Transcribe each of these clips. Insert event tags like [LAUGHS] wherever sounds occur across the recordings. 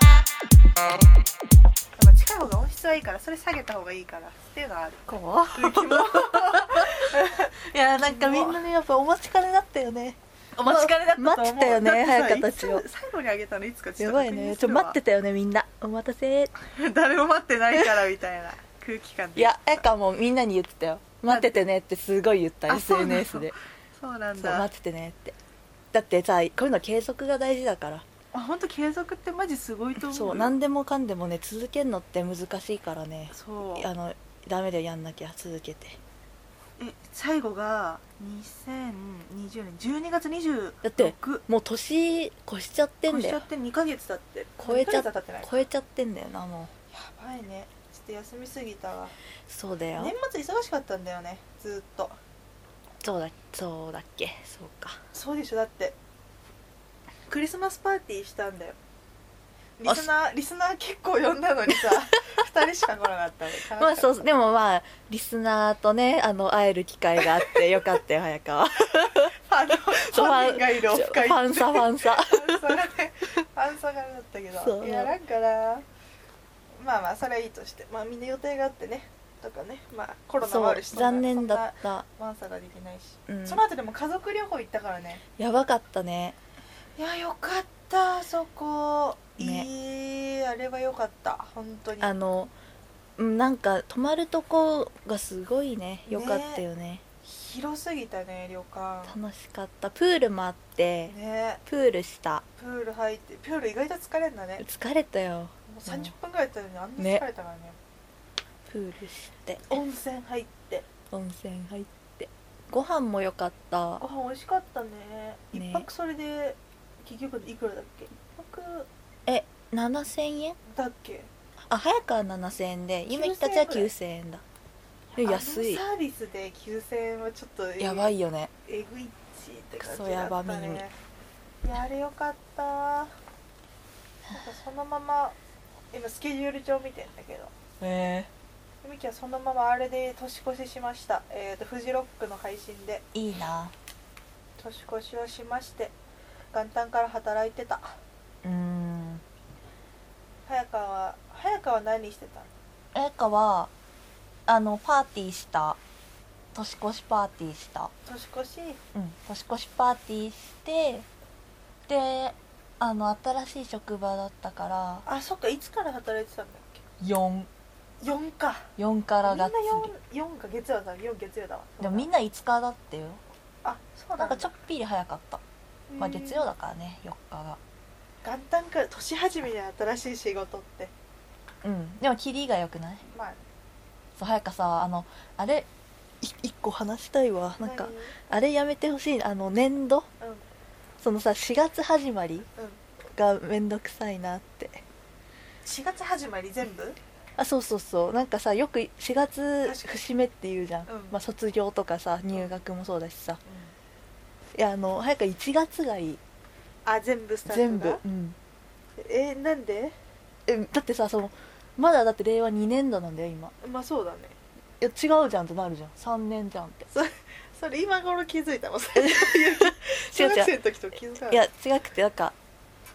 やっぱ近い方が音質はいいからそれ下げた方がいいからっていうのはあるこう気も [LAUGHS] いやなんかみんなねやっぱお待ちかねだったよねお待ちかねだったと思う待ってた [LAUGHS] よ [LAUGHS] ね早かったちを最後にあげたのいつかちょやっとばい確認ねすちょるわ待ってたよねみんなお待たせ誰も待ってないからみたいな空気感でいやえかもみんなに言ってたよ待っててねってすごい言ったあそうなの SNS でそうなんそうだ待っててねってだってさこういうの継続が大事だからあ本当継続ってマジすごいと思うそう何でもかんでもね続けるのって難しいからねそうあのダメだよやんなきゃ続けてえ最後が2020年12月26だってもう年越しちゃってん越だしちゃよって2ヶ月経って超えちゃ2ヶ月は経ってない超えちゃってんだよなもうやばいねちょっと休みすぎたわそうだよ年末忙しかったんだよねずーっとそうだそうだっけそうかそうでしょだってクリスマスパーティーしたんだよリスナーリスナー結構呼んだのにさ2 [LAUGHS] 人しか来なかったの悲しかったまあそうでもまあリスナーとねあの会える機会があ [LAUGHS] ってよかったよ早川ファンのそうファンがいるオフ会ファンサファンサファンサがねファンサがあれだったけそどういやなんかなまあまあそれはいいとしてまあみんな予定があってねとかねまあコロナもそあうるし残念だった、ワンサができないし、うん、その後でも家族旅行行ったからねやばかったねいやよかったあそこ、ねいいあれはよかった本当にあのうんなんか泊まるとこがすごいねよかったよね広すぎたね旅館楽しかったプールもあってねプールしたプール入ってプール意外と疲れんだね疲れたよもう30分ぐらいやったのにあんな疲れたからねプールして温泉入って温泉入ってご飯も良かったご飯美味しかったね一、ね泊それで結局いくらだっけ一泊7000円だっけあ早川7000円でゆめきたちは9000円だえ安いあのサービスで9000円はちょっとやばいいよねえぐいっちって感じクソだやばっみたにねいやあれよかったなんかそのまま今スケジュール帳見てんだけどえゆみきはそのままあれで年越ししましたえっ、とフジロックの配信でいいな年越しをしまして元旦から働いてたうん早川は早川は何してたの彩香はあのパーティーした年越しパーティーした年越しうん年越しパーティーしてであの新しい職場だったからあそっかいつから働いてたんだっけ44 4かかみらんがなっつり 4, 4か月曜だ4月曜だわでもみんな5日だってよあそうななんんかだちょっぴり早かった、まあ、月曜だからね4日が元旦から年始めに新しい仕事ってうんでもキリが良くないまあそう早かさあのあれい一個話したいわなんか何あれやめてほしいあの年度うんそのさ4月始まりうんがめんどくさいなって4月始まり全部あそうそうそうなんかさよく4月確かに節目って言うじゃん、んまあ、卒業とかさ入学もそうだしさいやあの早く1月がいいあ全部スタート全部、うん、えーなんでえだってさそのまだだって令和2年度なんだよ今まあそうだねいや違うじゃんってなるじゃん3年じゃんってそれ今頃気づい [LAUGHS] たもん中学生の時と気づかないいや違くてなんか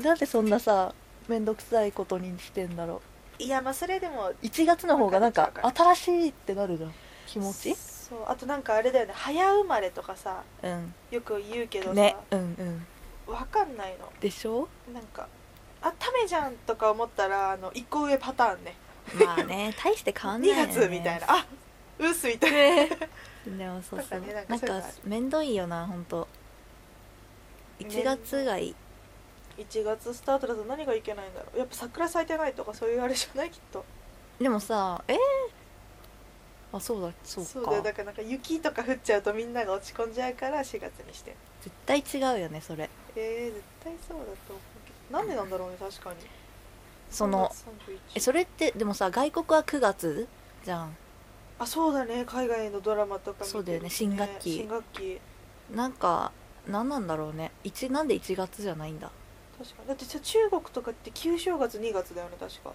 なんでそんなさめんどくさいことにしてんだろいやまあそれでもう1月の方がなんわかかるわ新しいってなるじゃん気気持ちそうあとなんかあれだよね早生まれとかさうんよく言うけどさ、ねうんうんわかんないのでしょなんかあためじゃんとか思ったらあの一個上パターンねまあね大して変わんないよ、ね、 2月みたいなあうっすみたいなね [LAUGHS] でもそうそうとかねななんんかかそういうのあるめんどいよな本当1月がいい1月スタートだと何がいけないんだろうやっぱ桜咲いてないとかそういうあれじゃないきっとでもさえー、あそうだそうかだよだからなんか雪とか降っちゃうとみんなが落ち込んじゃうから4月にして絶対違うよねそれえー、絶対そうだと思うけどなんでなんだろうね確かにそのえそれれってでもさ外国は9月じゃんあそうだね海外のドラマとか見てるそうだよね新学期新学期なんか何なんだろうね一なんで1月じゃないんだ確かにだってじゃあ中国とかって旧正月2月だよね確か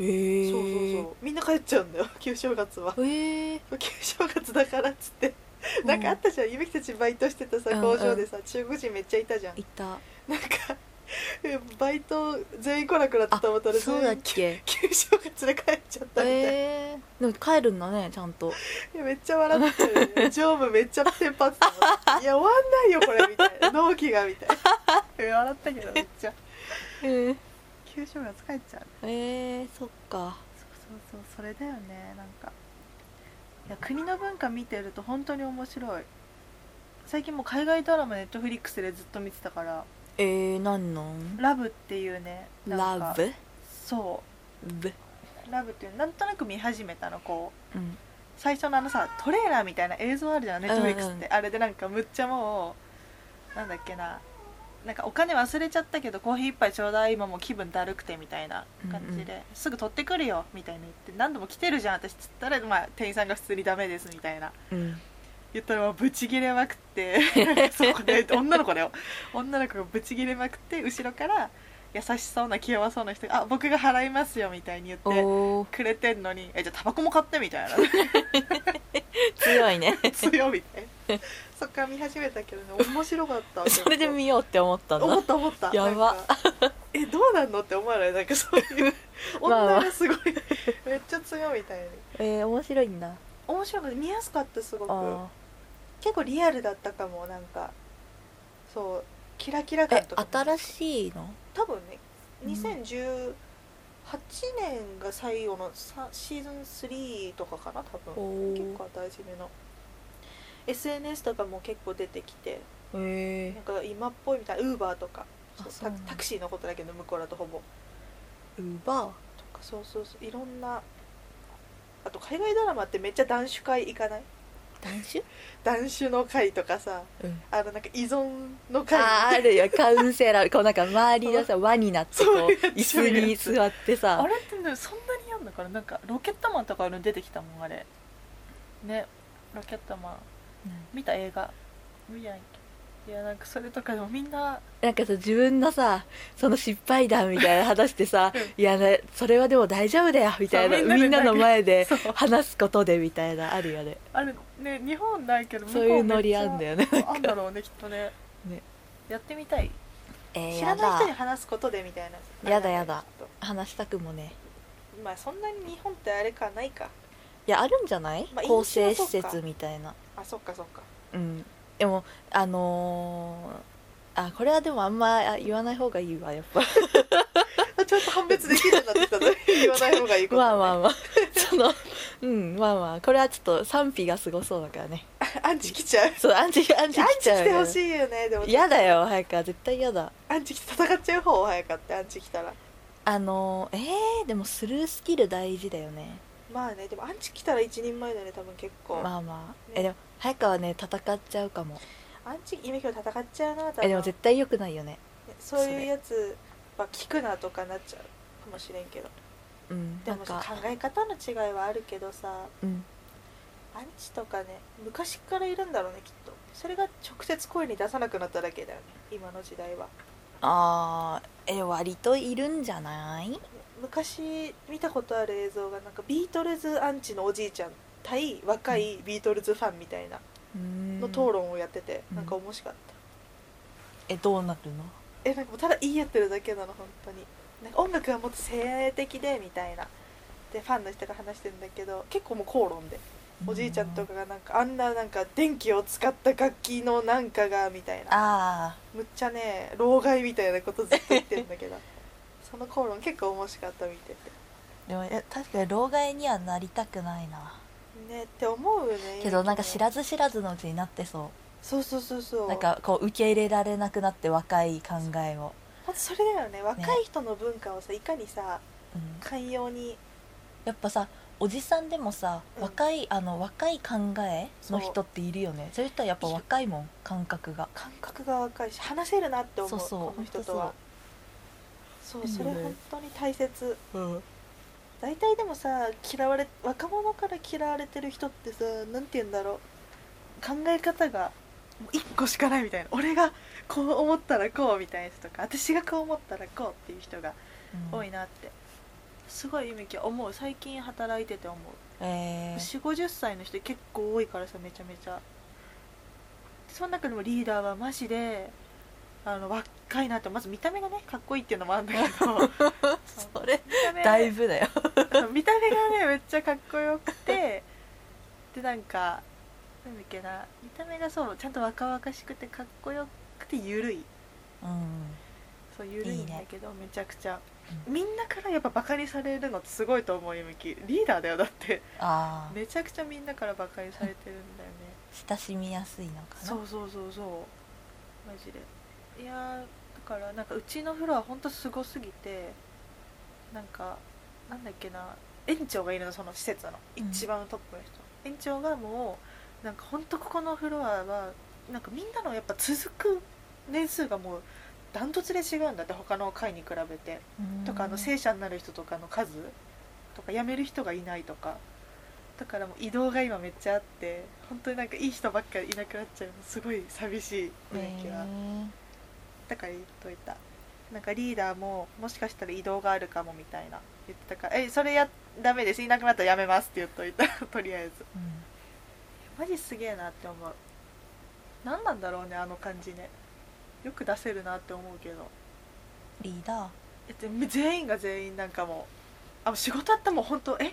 へえそうそうそうみんな帰っちゃうんだよ [LAUGHS] 旧正月はうへえ旧正月だからっつってうんなんかあったじゃんゆめきたちバイトしてたさうんうん工場でさ中国人めっちゃいたじゃんいたなんか [LAUGHS] えバイト全員来なくなったと思ったらそうだっ [LAUGHS] け全員旧正月で帰っちゃったみたいな、へえでも帰るんだねちゃんといやめっちゃ笑ってる、ね、常務めっちゃテンパってたもんいや終わんないよこれみたいな納期がみたいないや笑ったけどめっちゃへえ旧正月帰っちゃうへえそっかそうそうそうそれだよねなんかいや国の文化見てると本当に面白い最近もう海外ドラマネットフリックスでずっと見てたからえー、なんな「んラブっていうねなんかラブそブう「ラブっていうなんとなく見始めたのこううん最初のあのさトレーラーみたいな映像あるじゃんネットフリックスって、うんうあれでなんかむっちゃもうなんだっけななんかお金忘れちゃったけどコーヒー一杯ちょうだい今もう気分だるくてみたいな感じで、すぐ取ってくるよみたいに言って何度も来てるじゃん私つったら、まあ、店員さんが普通にダメですみたいなうん言ったらもうブチギレまくって [LAUGHS] そこで女の子だよ [LAUGHS] 女の子がブチギレまくって後ろから優しそうな気弱そうな人が「あ僕が払いますよ」みたいに言っておおくれてんのに「えじゃあタバコも買って」みたいな強いね [LAUGHS] 強みたいなそっから見始めたけどね面白かった [LAUGHS] それで見ようって思ったん思っだた思ったやなばんかえどうなんのって思わないなんかそういう [LAUGHS] まあまあ女がすごいめっちゃ強いみたいなえー、面白いんだ面白かった見やすかったすごあくー結構リアルだったかもなんかそうキラキラ感えとかも新しいの多分ねうん2018年が最後のさシーズン3とかかな多分お結構新しめの SNS とかも結構出てきてへなんか今っぽいみたいウーバーとかあそうそうなんだタタクシーのことだけど向こうだとほぼえウバーとかそうそうそういろんなあと海外ドラマってめっちゃ男子会行かない男子男子の会とかさうんあのなんか依存の会あーあるよカウンセラーこうなんか周り [LAUGHS] のさ輪になってこ [LAUGHS] そういううやつ椅子に座ってあされってねそんなにやんのかななんかロケットマンとかの出てきたもんあれねロケットマン見た映画見やんけいやなんかそれとかでもみんななんかさ自分のさその失敗談みたいな話してさうん「いやねそれはでも大丈夫だよ」みたいなそうみみんんななでの前でそう話すことでみたいなあるよねあれね日本ないけどそういうノリあんだよよね [LAUGHS] あんだろうねきっとねねやってみたいえー、知らやない人にだ話すことでみたいなやだやだちょっ話したくもねとまあそんなに日本ってあれかないかいやあるんじゃない、まあ構成施飲酒はそう設かみたいなあそっかそっかうんでもあのーあこれはでもあんまあ言わない方がいいわやっ [LAUGHS] ぱあちょっと判別できるようになってきたね言わない方がいいことね、 [LAUGHS] まあまあまあそのうんまあまあこれはちょっと賛否がすごそうだからねアンチ来ちゃうそうアンチアンチアン来チちゃう来よねてほしいよねでも嫌だよ早川絶対嫌だアンチ来て戦っちゃう方早かってアンチ来たらあのえー、でもスルースキル大事だよねまあねでもアンチ来たら一人前だね多分結構、まあまあ、ねえでも早川ね戦っちゃうかもアンチ今今日戦っちゃうな多分えでも絶対良くないよねそういうやつは聞くなとかなっちゃうかもしれんけどうんでなんもさか考え方の違いはあるけどさうんアンチとかね昔からいるんだろうねきっとそれが直接声に出さなくなっただけだよね今の時代はあーえ割といるんじゃない昔見たことある映像がなんかビートルズアンチのおじいちゃん対若いビートルズファンみたいなうんの討論をやってて、うんなんか面白かった、えどうなるのえなんかもうただ言い合ってるだけなの本当になんか音楽はもっと性的でみたいなでファンの人が話してるんだけど結構もう口論でおじいちゃんとかがなんかあんななんか電気を使った楽器のなんかがみたいなあむっちゃね老害みたいなことずっと言ってるんだけど [LAUGHS] その口論結構面白かった見ててあでもえ確かに老害にはなりたくないなねって思うよねけどなんか知らんず知らずのうちになってそそうそうそうそううなんかこう受け入れられなくなって若い考えを、ほんとそれだよね若い人の文化をさいかにさうん寛容にやっぱさおじさんでもさ、うん若いあの若い考えの人っているよねそういう人はやっぱ若いもん感覚が感覚が若いし話せるなって思うそうそうこの人とはそうそれうん本当に大切うん大体でもさ嫌われ若者から嫌われてる人ってさなんて言うんだろう考え方がもう一個しかないみたいな俺がこう思ったらこうみたいな人とか私がこう思ったらこうっていう人が多いなって、すごいゆみきは思う最近働いてて思うえー、 4 5 0歳の人結構多いからさめちゃめちゃその中でもリーダーはマジであの若いなってまず見た目がねかっこいいっていうのもあるんだけどそれ見た目だいぶだよ [LAUGHS] 見た目がねめっちゃかっこよくてでなんかなんだっけな見た目がそうちゃんと若々しくてかっこよくてゆるいうんそうゆるいんだけどめちゃくちゃうみんなからやっぱバカにされるのってすごいと思うゆみきリーダーだよだってああめちゃくちゃみんなからバカにされてるんだよね親しみやすいのかなそうそうそうそうマジでいやーだからなんかうちのフロアほんとすごすぎてなんかなんだっけな園長がいるのその施設のうん一番トップの人、園長がもうなんかほんとここのフロアはなんかみんなのやっぱ続く年数がもうダントツで違うんだって他の会に比べてうんとかあの正社になる人とかの数とか辞める人がいないとかだからもう移動が今めっちゃあって本当になんかいい人ばっかりいなくなっちゃうのすごい寂しい雰囲気はへーだから言っといたなんかリーダーももしかしたら移動があるかもみたいな言ってたから「えそれやダメですいなくなったらやめます」って言っといた [LAUGHS] とりあえずうんマジすげえなって思う何なんだろうねあの感じねよく出せるなって思うけどリーダーだって全員が全員なんかもうあもう仕事あったらもう本当え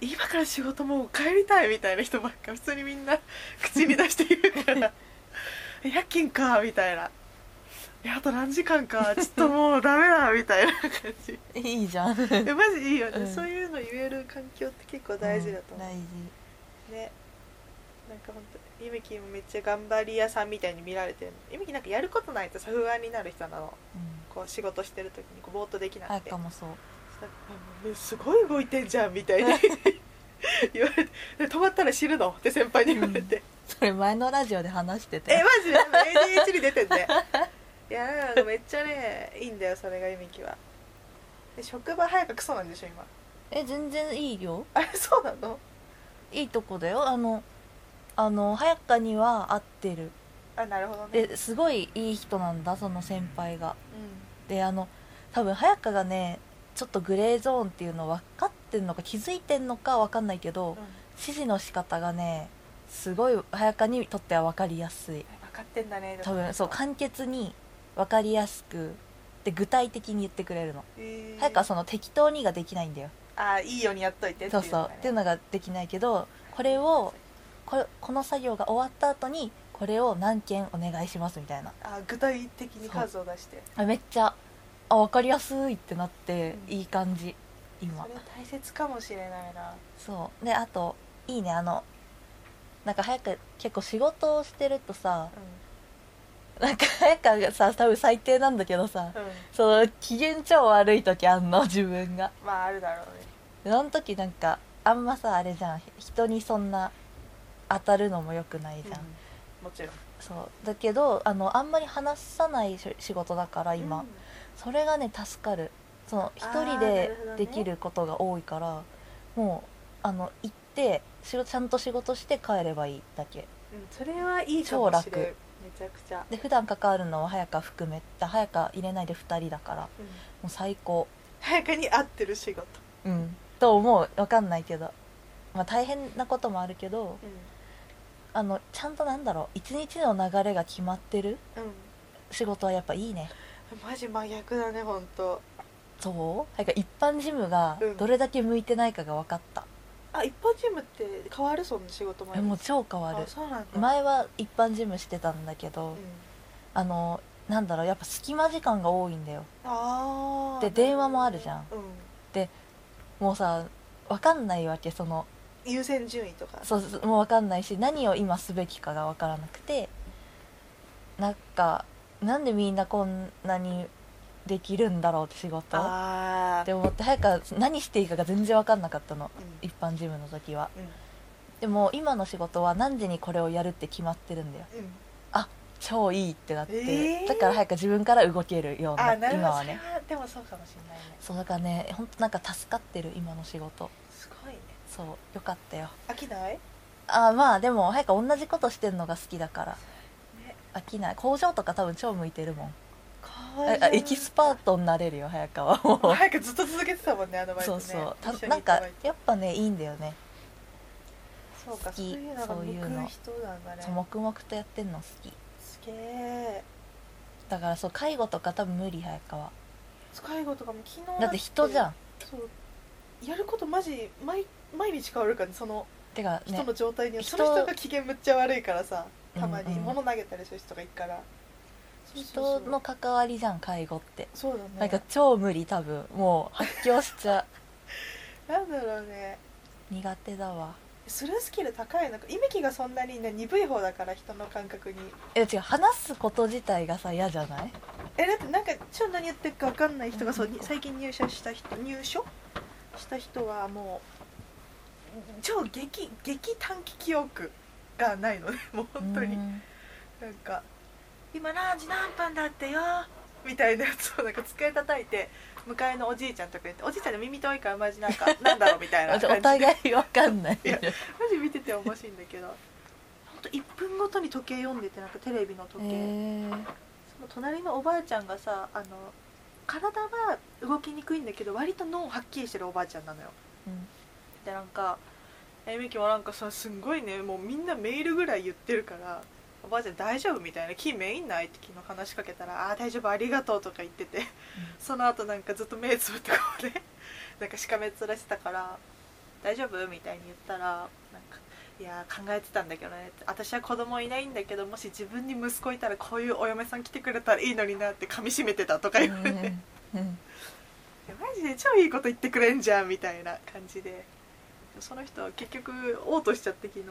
今から仕事もう帰りたいみたいな人ばっか普通にみんな口に出して言う [LAUGHS] から「え夜勤か」みたいな「えあと何時間かちょっともうダメだ」みたいな感じいいじゃんえマジいいよね、うんそういうの言える環境って結構大事だと思う、大事ねなんか本当ゆみきもめっちゃ頑張り屋さんみたいに見られてるのゆみきなんかやることないとさ不安になる人なのうんこう仕事してる時にこうぼーっとできなあくてかもそうねすごい動いてんじゃんみたい [LAUGHS] に言われて「止まったら死ぬの?」って先輩に言われてそれ前のラジオで話し「ててえマジであの ADHD に出てんね」いやなんかめっちゃねいいんだよそれがゆみきはで職場早くクソなんでしょ今え全然いいよあれそうなのいいとこだよあのあの早川には合ってるあなるほどねですごいいい人なんだその先輩がうであの多分早川がねちょっとグレーゾーンっていうの分かってんのか気づいてんのか分かんないけん、どうん、指示の仕方がねすごい早川にとっては分かりやすい分かってんだねでも多分そう簡潔に分かりやすくで具体的に言ってくれるのえー早川はその適当にができないんだよあいいようにやっといてっていそううそうっていうのがねのができないけどこれをこれこの作業が終わった後にこれを何件お願いしますみたいなあ具体的に数を出してあめっちゃあ分かりやすいってなってうんいい感じそ今れ大切かもしれないなそうであといいねあのなんか早く結構仕事をしてるとさなんか早くがさ多分最低なんだけどさうん、うん、その機嫌超悪い時あんの自分がまああるだろうねでその時なんかあんまさあれじゃん人にそんな当たるのも良くないじゃん、うんもちろんそうだけどあのあんまり話さないし仕事だから今、うんそれがね助かるその一あー人なでるほどねできることが多いからもうあの行って仕事ちゃんと仕事して帰ればいいだけうんそれはいいかもしれんめちゃくちゃ、で普段関わるのは早川含めた早川入れないで2人だからもうんう最高早くに合ってる仕事、うんと思うわかんないけど、まあ、大変なこともあるけどあのちゃんとなんだろう一日の流れが決まってるうん仕事はやっぱいいねマジ真逆だね本当そう早川一般事務がうんどれだけ向いてないかが分かった、あ一般チームって変わるそんな仕事もえもう超変わあるそうなんだ、前は一般事務してたんだけど、うん、あのなんだろうやっぱ隙間時間が多いんだよああで電話もあるじゃんうん、もうさ分かんないわけその優先順位とかそうそうもう分かんないし何を今すべきかが分からなくてなんかなんでみんなこんなにできるんだろうって仕事っああて思って早く何していいかが全然分かんなかったのうん一般事務の時はうんでも今の仕事は何時にこれをやるって決まってるんだようん超いいってなって、えーだから早く自分から動けるようあなーなるほ今どはそれねはでもそうかもしれないねそうだからね本当なんか助かってる今の仕事すごいねそうよかったよ飽きないあーまあでも早く同じことしてんのが好きだからね飽きない工場とか多分超向いてるもんかわいいあエキスパートになれるよ早川はもう早くずっと続けてたもんねあのバイトそねうそう一緒に行たなっんたかバイトやっぱねいいんだよねそうか好きそういうのがそういうの向く人なんだねそう黙々とやってんの好きすげえだからそう介護とか多分無理早川介護とかも昨日だって人じゃんんそうやることマジ毎毎日変わるからねそのてか人ねの状態によって、人その人が機嫌むっちゃ悪いからさたまにうんうん物投げたりする人がいるから、そうそう人の関わりじゃん介護ってそうそうだねなんか超無理多分もう発狂しちゃなんだろうねう苦手だわするスキル高いのかいみきがそんなにね鈍い方だから人の感覚にえ違う話すこと自体がさ嫌じゃないえだってなんかちょっと何言ってるか分かんない人がそうに最近入社した人入所した人はもう超激激短期記憶がないのね [LAUGHS] もう本当にうんなんか「今何時何分だってよ」みたいなやつをなんか机叩いて向かいのおじいちゃんとか言っておじいちゃんの耳遠いからマジなんかなんだろうみたいな [LAUGHS] 感おじで互いわかんないいやマジ見てて面白いんだけどほんと1分ごとに時計読んでてなんかテレビの時計、えーその隣のおばあちゃんがさあの体は動きにくいんだけど割と脳はっきりしてるおばあちゃんなのようんでなんかえみきもなんかさすんごいねもうみんなメールぐらい言ってるから「おばあちゃん大丈夫?」みたいな「キーメインない?」って昨日話しかけたら「あー大丈夫ありがとう」とか言ってて、その後なんかずっと目つぶってこうね [LAUGHS] なんかしかめっ面してたから「大丈夫?」みたいに言ったらなんか。いやー考えてたんだけどね私は子供いないんだけどもし自分に息子いたらこういうお嫁さん来てくれたらいいのになって噛みしめてたとか言われて、うんういんやマジで超いいこと言ってくれんじゃんみたいな感じでその人は結局嘔吐しちゃって昨日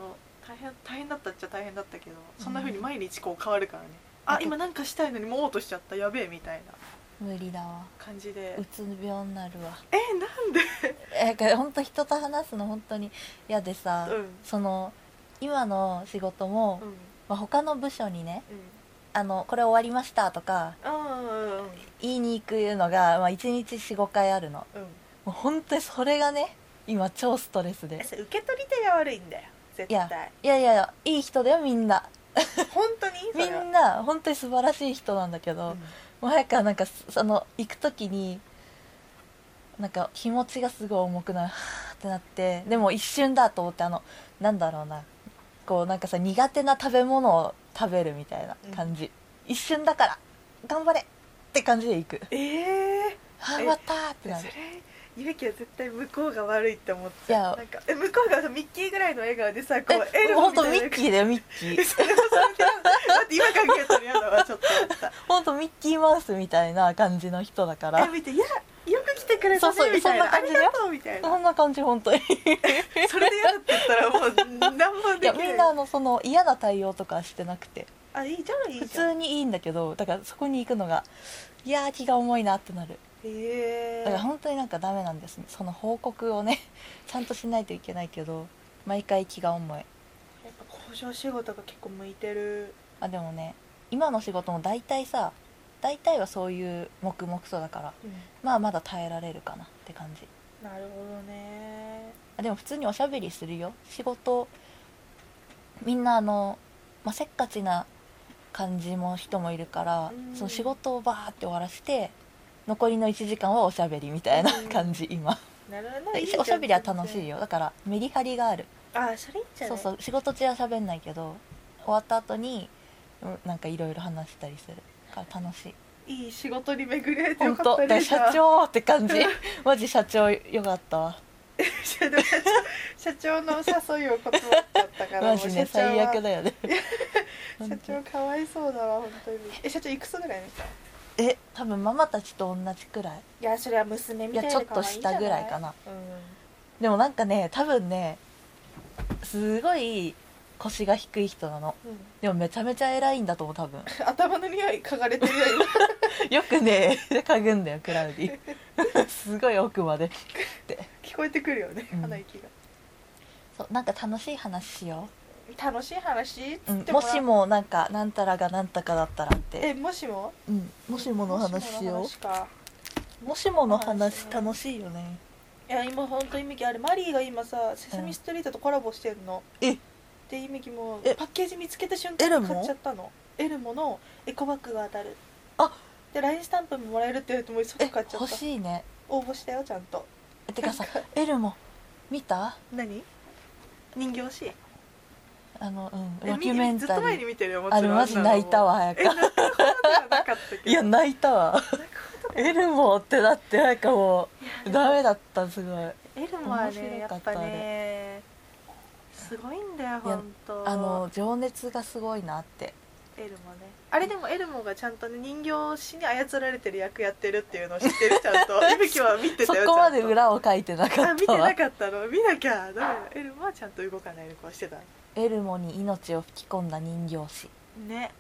大変大変だったっちゃ大変だったけどそんな風に毎日こう変わるからね、あ今なんかしたいのにもう嘔吐しちゃったやべえみたいな無理だわ感じでうつ病になるわえなんでえなんか本当人と話すの本当に嫌でさ、うんその今の仕事も、うんまあ、他の部署にねあのこれ終わりましたとかうんうんうん言いに行くのが、まあ、1日45回あるのうんもう本当にそれがね今超ストレスえでそれ受け取り手が悪いんだよ絶いや対いやいやいい人だよみんな本当にそみれはんな本当に素晴らしい人なんだけど、うんもはやかなんかその行く時になんか気持ちがすごい重くなるってなってでも一瞬だと思ってあのなんだろうなこうなんかさ苦手な食べ物を食べるみたいな感じ、一瞬だから頑張れって感じで行くええあー終わったーってそれなるゆうきは絶対向こうが悪いって思っいてやなんかえ向こうがさミッキーぐらいの笑顔でさこうエえルフ本みた当いなミッキーだよミッキえ [LAUGHS] ーそれはそれでなんだ待って今考えたら嫌だわちょっと待った本当ミッキーマウスみたいな感じの人だかえら見ていやよく来てくれたねそうそうみたいなそんな感じだよありがとうみたいなそんな感じ本当にそれで嫌だって言ったらもう何もいでやきないみんなあのその嫌な対応とかはしてなくてあいいじゃんい普いじゃん通にいいんだけどだからそこに行くのがいやー気が重いなってなるへえだから本当になんかダメなんですねその報告をね [LAUGHS] ちゃんとしないといけないけど毎回気が重いやっぱ工場仕事が結構向いてるあでもね今の仕事も大体さ大体はそういう黙々とだからまあまだ耐えられるかなって感じなるほどねあでも普通におしゃべりするよ仕事みんなあの、まあ、せっかちな感じも人もいるから、うんその仕事をバーって終わらせて残りの1時間はおしゃべりみたいなうん感じ今なるほどねいいじゃんおしゃべりは楽しいよだからメリハリがあるあそれいいんじゃなそういそう仕事中はしゃべんないけど終わった後にうんなんかいろいろ話したりするから楽しいいい仕事に巡り合えてよ本か当ったねじゃ社あ長って感じマジ社長よかったわ [LAUGHS] 社長社長のお誘いを断っちゃったから [LAUGHS] マジねもう最は悪だよね [LAUGHS] 本 [LAUGHS] 当社長かわいそうだわ本当にえ社長いくつぐらいの人え多分ママたちと同じくらいいやそれは娘みいやたいちょなっと下ぐらいかななうでもなんかね多分ねすごい腰が低い人なのん、でもめちゃめちゃ偉いんだと思う多 [LAUGHS] 分頭の匂い嗅がれてるよよくね嗅ぐんだよクラウディ [LAUGHS] すごい奥まで今聞こえてくるよね、うん鼻息がそうなんか楽しい話しよ楽しい話っう、うんてもらしもなんかなんたらがなんたかだったらって、えもしもうん、もしもの話しよもしもの話かうもしもの話話楽しいよねいや今本当イミキあれマリーが今さセサミストリートとコラボしてんの、えでイミキもえパッケージ見つけた瞬エル間モ買っちゃったのエルモのエコバッグが当たるあで LINE スタンプももらえるって言われてもうえ即買っちゃっ欲たしいね応募したよちゃんとえてかさエルも見た何人形師あのうんえドキュメン見ずっタと前リにー見てるよもあれマジ泣いたわえ早泣くくほどではなかったけどいや泣いたわ泣くほどエルモってだってなんかもういやダメだったすごいエルモはね面白やかっったぱねすごいんだよいや本当あの情熱がすごいなってエルモねあれでもエルモがちゃんとね人形師に操られてる役やってるっていうのを知ってるちゃんと伊 [LAUGHS] 吹は見てそたよこまでちゃんと裏を書いてなかあっ見たてわなかったの見なきゃダメだエルモはちゃんと動かないこうしてたエルモに命を吹き込んだ人形師ね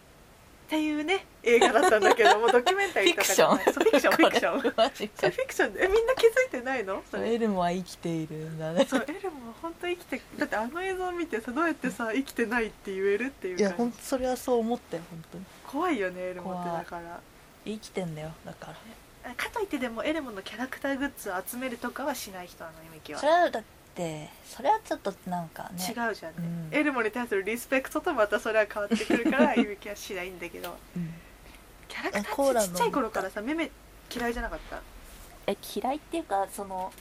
っていうね映画だったんだけどもうドキュメンタリーとかじゃないフそうフィクションフィクションこれマジそかれフィクションでえみんな気づいてないのそれエルモは生きているんだねそうエルモは本当生きてだってあの映像を見てさどうやってさ生きてないって言えるっていういやほ感んじとそれはそう思ったよ本当に怖いよねエルモって怖いだから生きてんだよだからあかといってでもエルモのキャラクターグッズを集めるとかはしない人なのゆみきは、それはだってそれはちょっとなんかね違うじゃんね、うんエルモに対するリスペクトとまたそれは変わってくるから [LAUGHS] ゆみきはしないんだけどうんキャラクタあコーーラっのてちっちゃい頃からさめめ嫌いじゃなかったえ嫌いっていうかその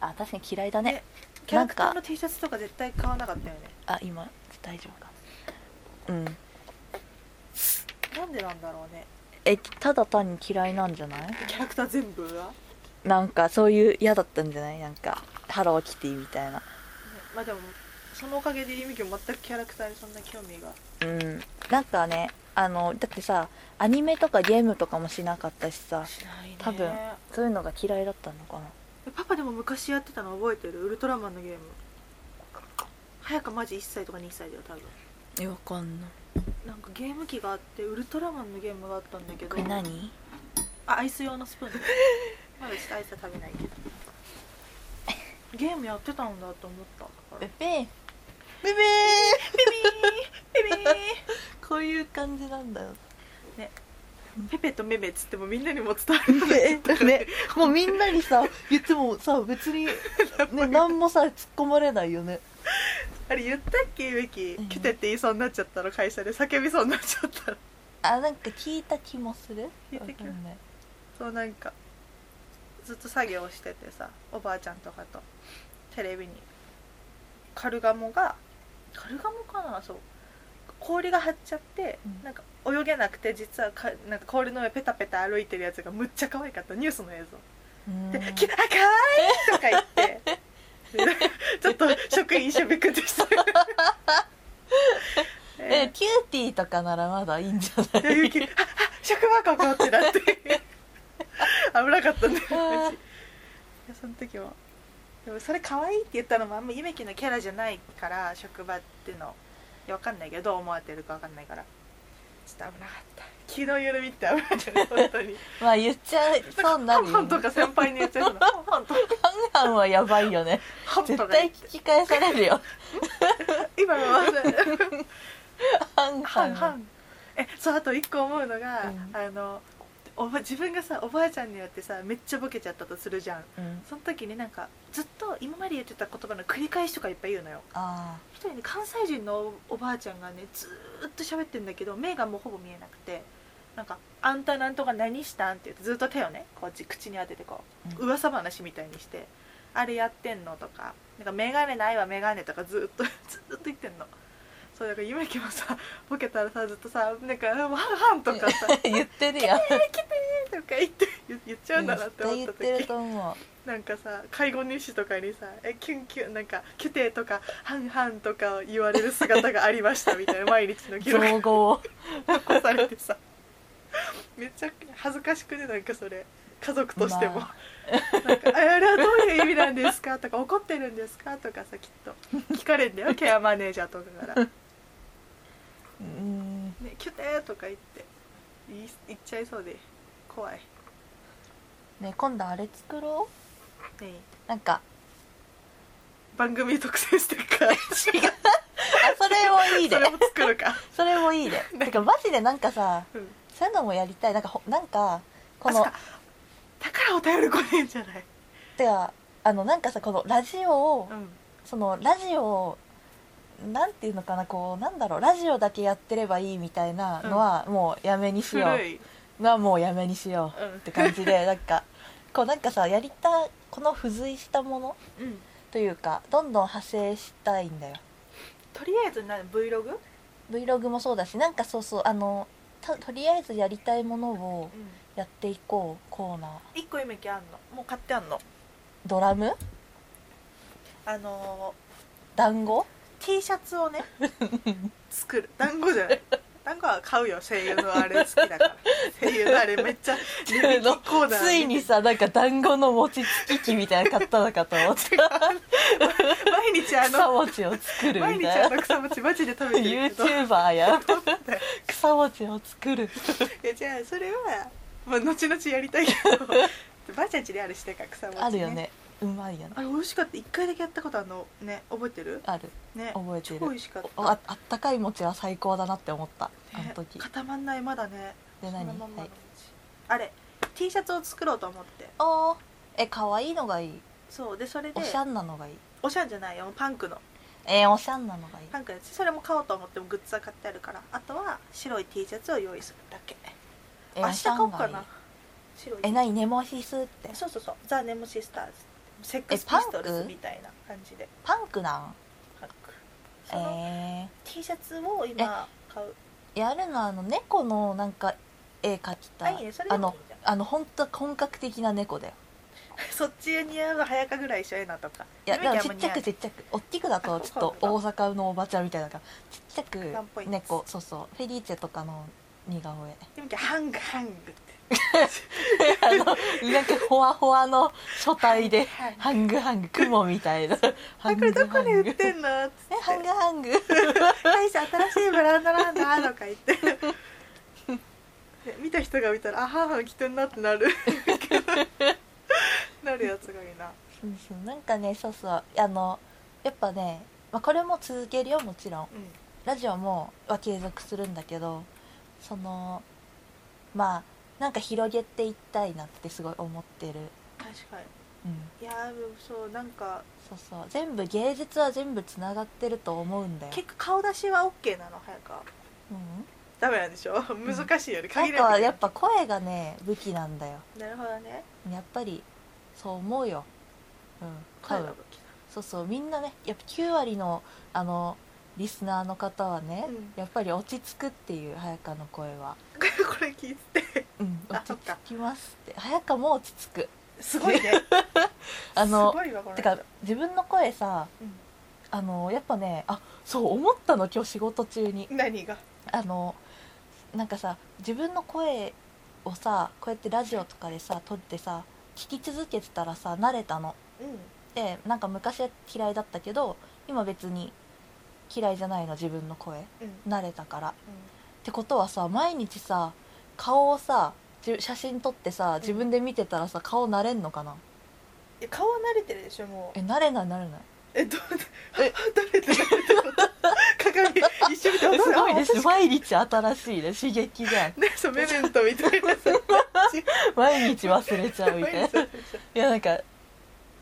あ確かに嫌いだねねキャラクターの T シャツとか絶対買わなかったよねあ今大丈夫かうんなんでなんだろうねえただ単に嫌いなんじゃないキャラクター全部が、ねなんかそういう嫌だったんじゃないなんかハローキティみたいなまあでもそのおかげでゆみきも全くキャラクターにそんな興味がうんなんかねあのだってさアニメとかゲームとかもしなかったしさしないね多分そういうのが嫌いだったのかなえパパでも昔やってたの覚えてるウルトラマンのゲーム早くマジ1歳とか2歳だよ多分えわかんないなんかゲーム機があってウルトラマンのゲームがあったんだけどこれ何あアイス用のスプーンまだちょっとアイスは食べないけどゲームやってたんだと思っただからペビビービビービビーこういう感じなんだよペペとメメっつってもみんなにも伝わるねねもうみんなにさ言ってもさ別 [LAUGHS] にね何もさ突っ込まれないよねあれ言ったっけべきうんキュテって言いそうになっちゃったの会社で叫びそうになっちゃったのあなんか聞いた気もする聞いた気もわかんないそうなんかずっと作業しててさおばあちゃんとかとテレビにカルガモがカルガモかなそう氷が張っちゃって、うんなんか泳げなくて実はかなんか氷の上ペタペタ歩いてるやつがむっちゃ可愛かったニュースの映像うんで「きあ可愛いとか言 [LAUGHS] ってちょっと職員一緒びくってした [LAUGHS] [LAUGHS] えキューティーとかならまだいいんじゃないでゆ [LAUGHS] き「ああ職場ここ」ってなって危なかったねマジいやその時はでもそれ可愛いって言ったのもあんまゆめきのキャラじゃないから職場っていうのいやわかんないけどどう思われてるかわかんないからちょっと危なかった気の緩みって危なかった本当にまあ言っちゃい [LAUGHS] そうにな [LAUGHS] るハよ、ンね、とか先輩に言っちゃうの [LAUGHS] ハンハンとかハンハンはやばいよねハンと絶か対聞き返されるよ今の [LAUGHS] はハンハ半ン々えそうあと一個思うのが、うんあのおば自分がさおばあちゃんによってさめっちゃボケちゃったとするじゃんうん、その時になんかずっと今まで言ってた言葉の繰り返しとかいっぱい言うのよあ一人ね関西人のおおばあちゃんがねずーっと喋ってんだけど目がもうほぼ見えなくてなんか「あんたなんとか何したん?」って言ってずっと手をねこうじ口に当ててこう、う噂話みたいにして「あれやってんの?」とか「なんか眼鏡ないわ眼鏡」とかずーっと [LAUGHS] ずーっと言ってんのそうだから夢きもさボケたらさずっとさ「なんかワンハン」とか [LAUGHS] さあ言ってるやん「とか言って言言っちゃうんだなっ絶て対思っ言ったて時ると思うなんかさ介護入試とかにさ「えキュンキュン」なんか「キュテ」とか「ハンハン」とか言われる姿がありましたみた [LAUGHS] いな毎日の記録造語を残されてさ [LAUGHS] めっちゃ恥ずかしくねなんかそれ家族としても、ま [LAUGHS] なんか「えあれはどういう意味なんですか?」とか「怒ってるんですか?」とかさきっと聞かれんだ [LAUGHS] よケアマネージャーとかから「うんね、キュテ」とか言って言い言っちゃいそうで怖い。ね今度あれ作ろうねなんか番組特製ステッ [LAUGHS] カーあそれもい [LAUGHS] いそでれも作るか、それもいいでてかマジでなんかさうんそういうのもやりたいなんかほなんかこあのそっかだからお便り来ねえんじゃない、てかあのなんかさこのラジオをうん、そのラジオをなんていうのかなこうなんだろうラジオだけやってればいいみたいなのはもうやめにしよう、古いはもうやめにしようんうって感じ [LAUGHS] でなんかこうなんかさやりたこの付随したものうんというかどんどん派生したいんだよとりあえず何 Vlog? うん Vlog もそうだしなんかそうそうあのたとりあえずやりたいものをやっていこうコーナー1個夢きあんのもう買ってあんのドラムあの団子 T シャツ [LAUGHS] をね作る団子じゃない団子は買うよ声優のあれ好きだから声優のあれめっちゃリメイクコーナー [LAUGHS] ついにさなんか団子の餅つき機みたいなの買ったのかと思って毎日 [LAUGHS] あ草の餅を作る毎み日たあいなの草餅マジで食べてるけど YouTuber や草餅を作る [LAUGHS] いやじゃあそれは、まあ、後々やりたいけど [LAUGHS] ばあちゃんちであるしてから草餅、ね、あるよねうまいよねあれ美味しかった一回だけやったことあるのね覚えてるあるね覚えて超る美味しかったおああったかい餅は最高だなって思ったあの時ね、固まんないまだねで何そのまんまのはういちあれ T シャツを作ろうと思ってあーえ可愛いのがいいそうでそれでおしゃんなのがいいおしゃんじゃないよパンクのえー、おしゃんなのがいいパンクのやつそれも買おうと思ってもグッズは買ってあるからあとは白い T シャツを用意するだけえ明日買おうかおしゃんがいない白いえ何ネモシスってそうそうそうザ・ネムシスターズセックえスピパンクストルズみたいな感じでパンクなんパンクそのえ T シャツを今買うー、やるのはあの猫のなんか絵描きあたいいいねそれであものいいじゃんあの本当本格的な猫だよそっちに合う早かぐらい一緒やなとかいやでゆめもゃんあんちっま似合ちゃわくないちっちゃくおっきくだとちょっと大阪のおばちゃんみたいだからちっちゃワンポインくト猫そうそうフェリーチェとかの似顔絵 [LAUGHS] ゆめちゃんハングハングってあのなんかほわほわの書体ではいハングハング雲み [LAUGHS] たいなあハンこグれどハこンでグ売ってんのっつってえハングハング大社新しいブランドなんだとか言って [LAUGHS] で見た人が見たら「あはは着てんな」ってなる [LAUGHS] なるやつがいいなそうそうなんかねそうそうあのやっぱね、まあ、これも続けるよもちろんうんラジオもは継続するんだけどそのまあなんか広げていきたいなってすごい思ってる確かにうんいやーでもそうなんかそうそう全部芸術は全部つながってると思うんだよ、結構顔出しは OK なの早川うん、ダメなんでしょ難しいよねな限んらかれてやっるぱ声がね武器なんだよなるほどねやっぱりそう思うようん多声が分武器そうそうみんなねやっぱ9割のあのリスナーの方はね、うんやっぱり落ち着くっていう早川の声は、だこれ聞いてうん、あ落ち着きますって早川も落ち着くすごいね [LAUGHS] あのすごいわこのて人か自分の声さうんあのやっぱねあそう思ったの今日仕事中に何があのなんかさ自分の声をさこうやってラジオとかでさ撮ってさ聞き続けてたらさ慣れたのうんでなんか昔は嫌いだったけど今別に嫌いじゃないの自分の声うん慣れたからってことはさ毎日さ顔をさじ写真撮ってさ自分で見てたらさ顔慣れんのかなえ顔は慣れてるでしょもうえ慣れない慣れないえどう [LAUGHS] え慣れてる [LAUGHS] 鏡一緒にすごいです毎日新しいね刺激じゃんねそうメメントみたい [LAUGHS] なさ毎日忘れちゃうみたいな毎日そういやなんかい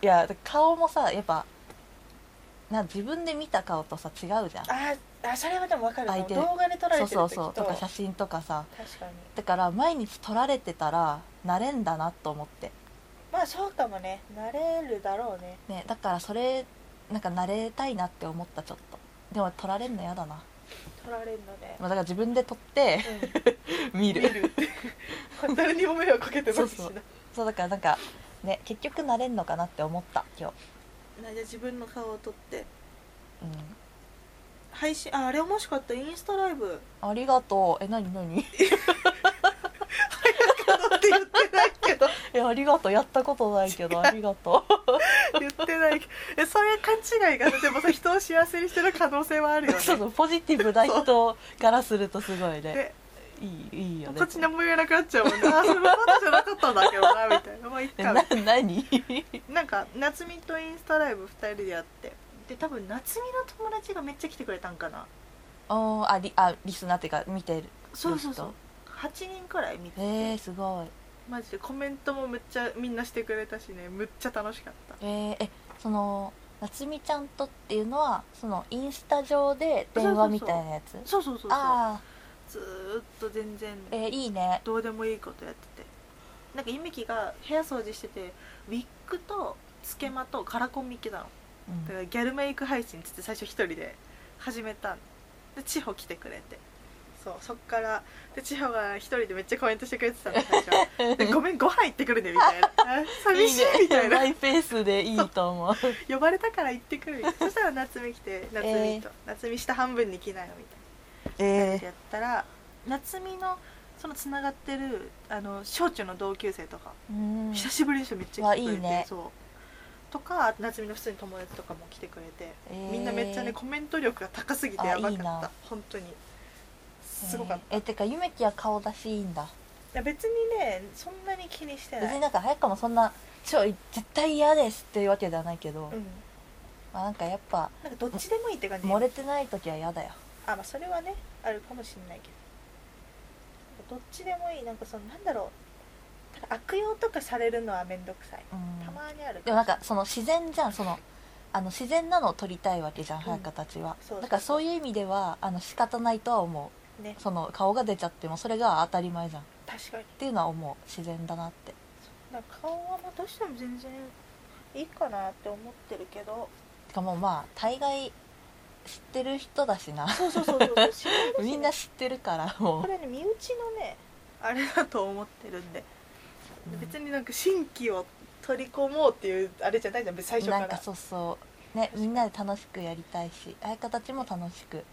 や顔もさやっぱな自分で見た顔とさ違うじゃん [LAUGHS] ああそれはでも分かる相手動画で撮られてそるう時そとうそうとか写真とかさ確かにだから毎日撮られてたら慣れんだなと思って、まあそうかもね慣れるだろうねね、だからそれなんか慣れたいなって思ったちょっとでも撮られんの嫌だな、撮られるのねまあ、だから自分で撮ってう [LAUGHS] 見ん見るる [LAUGHS] 誰にも迷惑かけてないしそうそなそうだからなんかね結局慣れんのかなって思った今なじゃあ自分の顔を撮って日、配信ああれ面白かったインスタライブうん、ありがとうえ何何 [LAUGHS] って言ってないけどえありがとうやったことないけどありがとう言ってないけどえそういう勘違いがでもさ人を幸せにしてる可能性はあるよねそうそうポジティブな人からするとすごいねでいいいいよねこっち何も言えなくなっちゃうもんな、あそれはまだじゃなかったんだけどなみたいなまあいっえかな何なんか夏美とインスタライブ2人でやってで多分夏美の友達がめっちゃ来てくれたんかなお [LAUGHS] ーあリあリスナーっていうか見てるそうそうそう8人くらい見てて、えー、すごいマジでコメントもめっちゃみんなしてくれたしねむっちゃ楽しかったえー、えその夏美ちゃんとっていうのはそのインスタ上で電話みたいなやつそうそうそうそうああずーっと全然えーいいねどうでもいいことやっててなんかゆみきが部屋掃除しててウィッグとつけまとカラコン見っけたのうんだからギャルメイク配信っつって最初一人で始めたんで千穂来てくれてそうそっからで千穂が一人でめっちゃコメントしてくれてたの最 [LAUGHS] 初でごめんご飯行ってくるねみたいなあ寂しいみ [LAUGHS] たいなマイペースでいいと思う呼ばれたから行ってくるみたいなそしたら夏美来て夏美と、夏美下半分に来なよみたいなえやったら夏美のそのつながってるあの小中の同級生とか、うん久しぶりでしょめっちゃ来てくれてわいいねそうとかあと夏美の普通に友達とかも来てくれて、えーみんなめっちゃねコメント力が高すぎてやばかあいっいたな本当にすごかった、えーえてかゆめきは顔出しいいんだいや別にねそんなに気にして別ない、になんか早川もそんなちょい絶対嫌ですっていうわけではないけど、うん、まあ、なんかやっぱなんかどっちでもいいって感じ漏れてない時は嫌だよあまあそれはねあるかもしれないけどどっちでもいいなんかそのなんだろうなんか悪用とかされるのは面倒くさいうんたまにあるでもなんかその自然じゃんそのあの自然なのを撮りたいわけじゃんん早川たちは、そうそうそうだからそういう意味ではあの仕方ないとは思ねうその顔が出ちゃってもそれが当たり前じゃんっ確かにていうのは思う自然だなってなんか顔はまあどうしても全然いいかなって思ってるけどてかもうまあ大概知ってる人だし [LAUGHS] なそうそうそうそう知らいですねみんな知ってるからもこうれね身内のねあれだと思ってるんでうん別になんか新規を取り込もうっていうあれじゃないじゃん最初かならんかそうそうねみんなで楽しくやりたいし相方たちも楽しく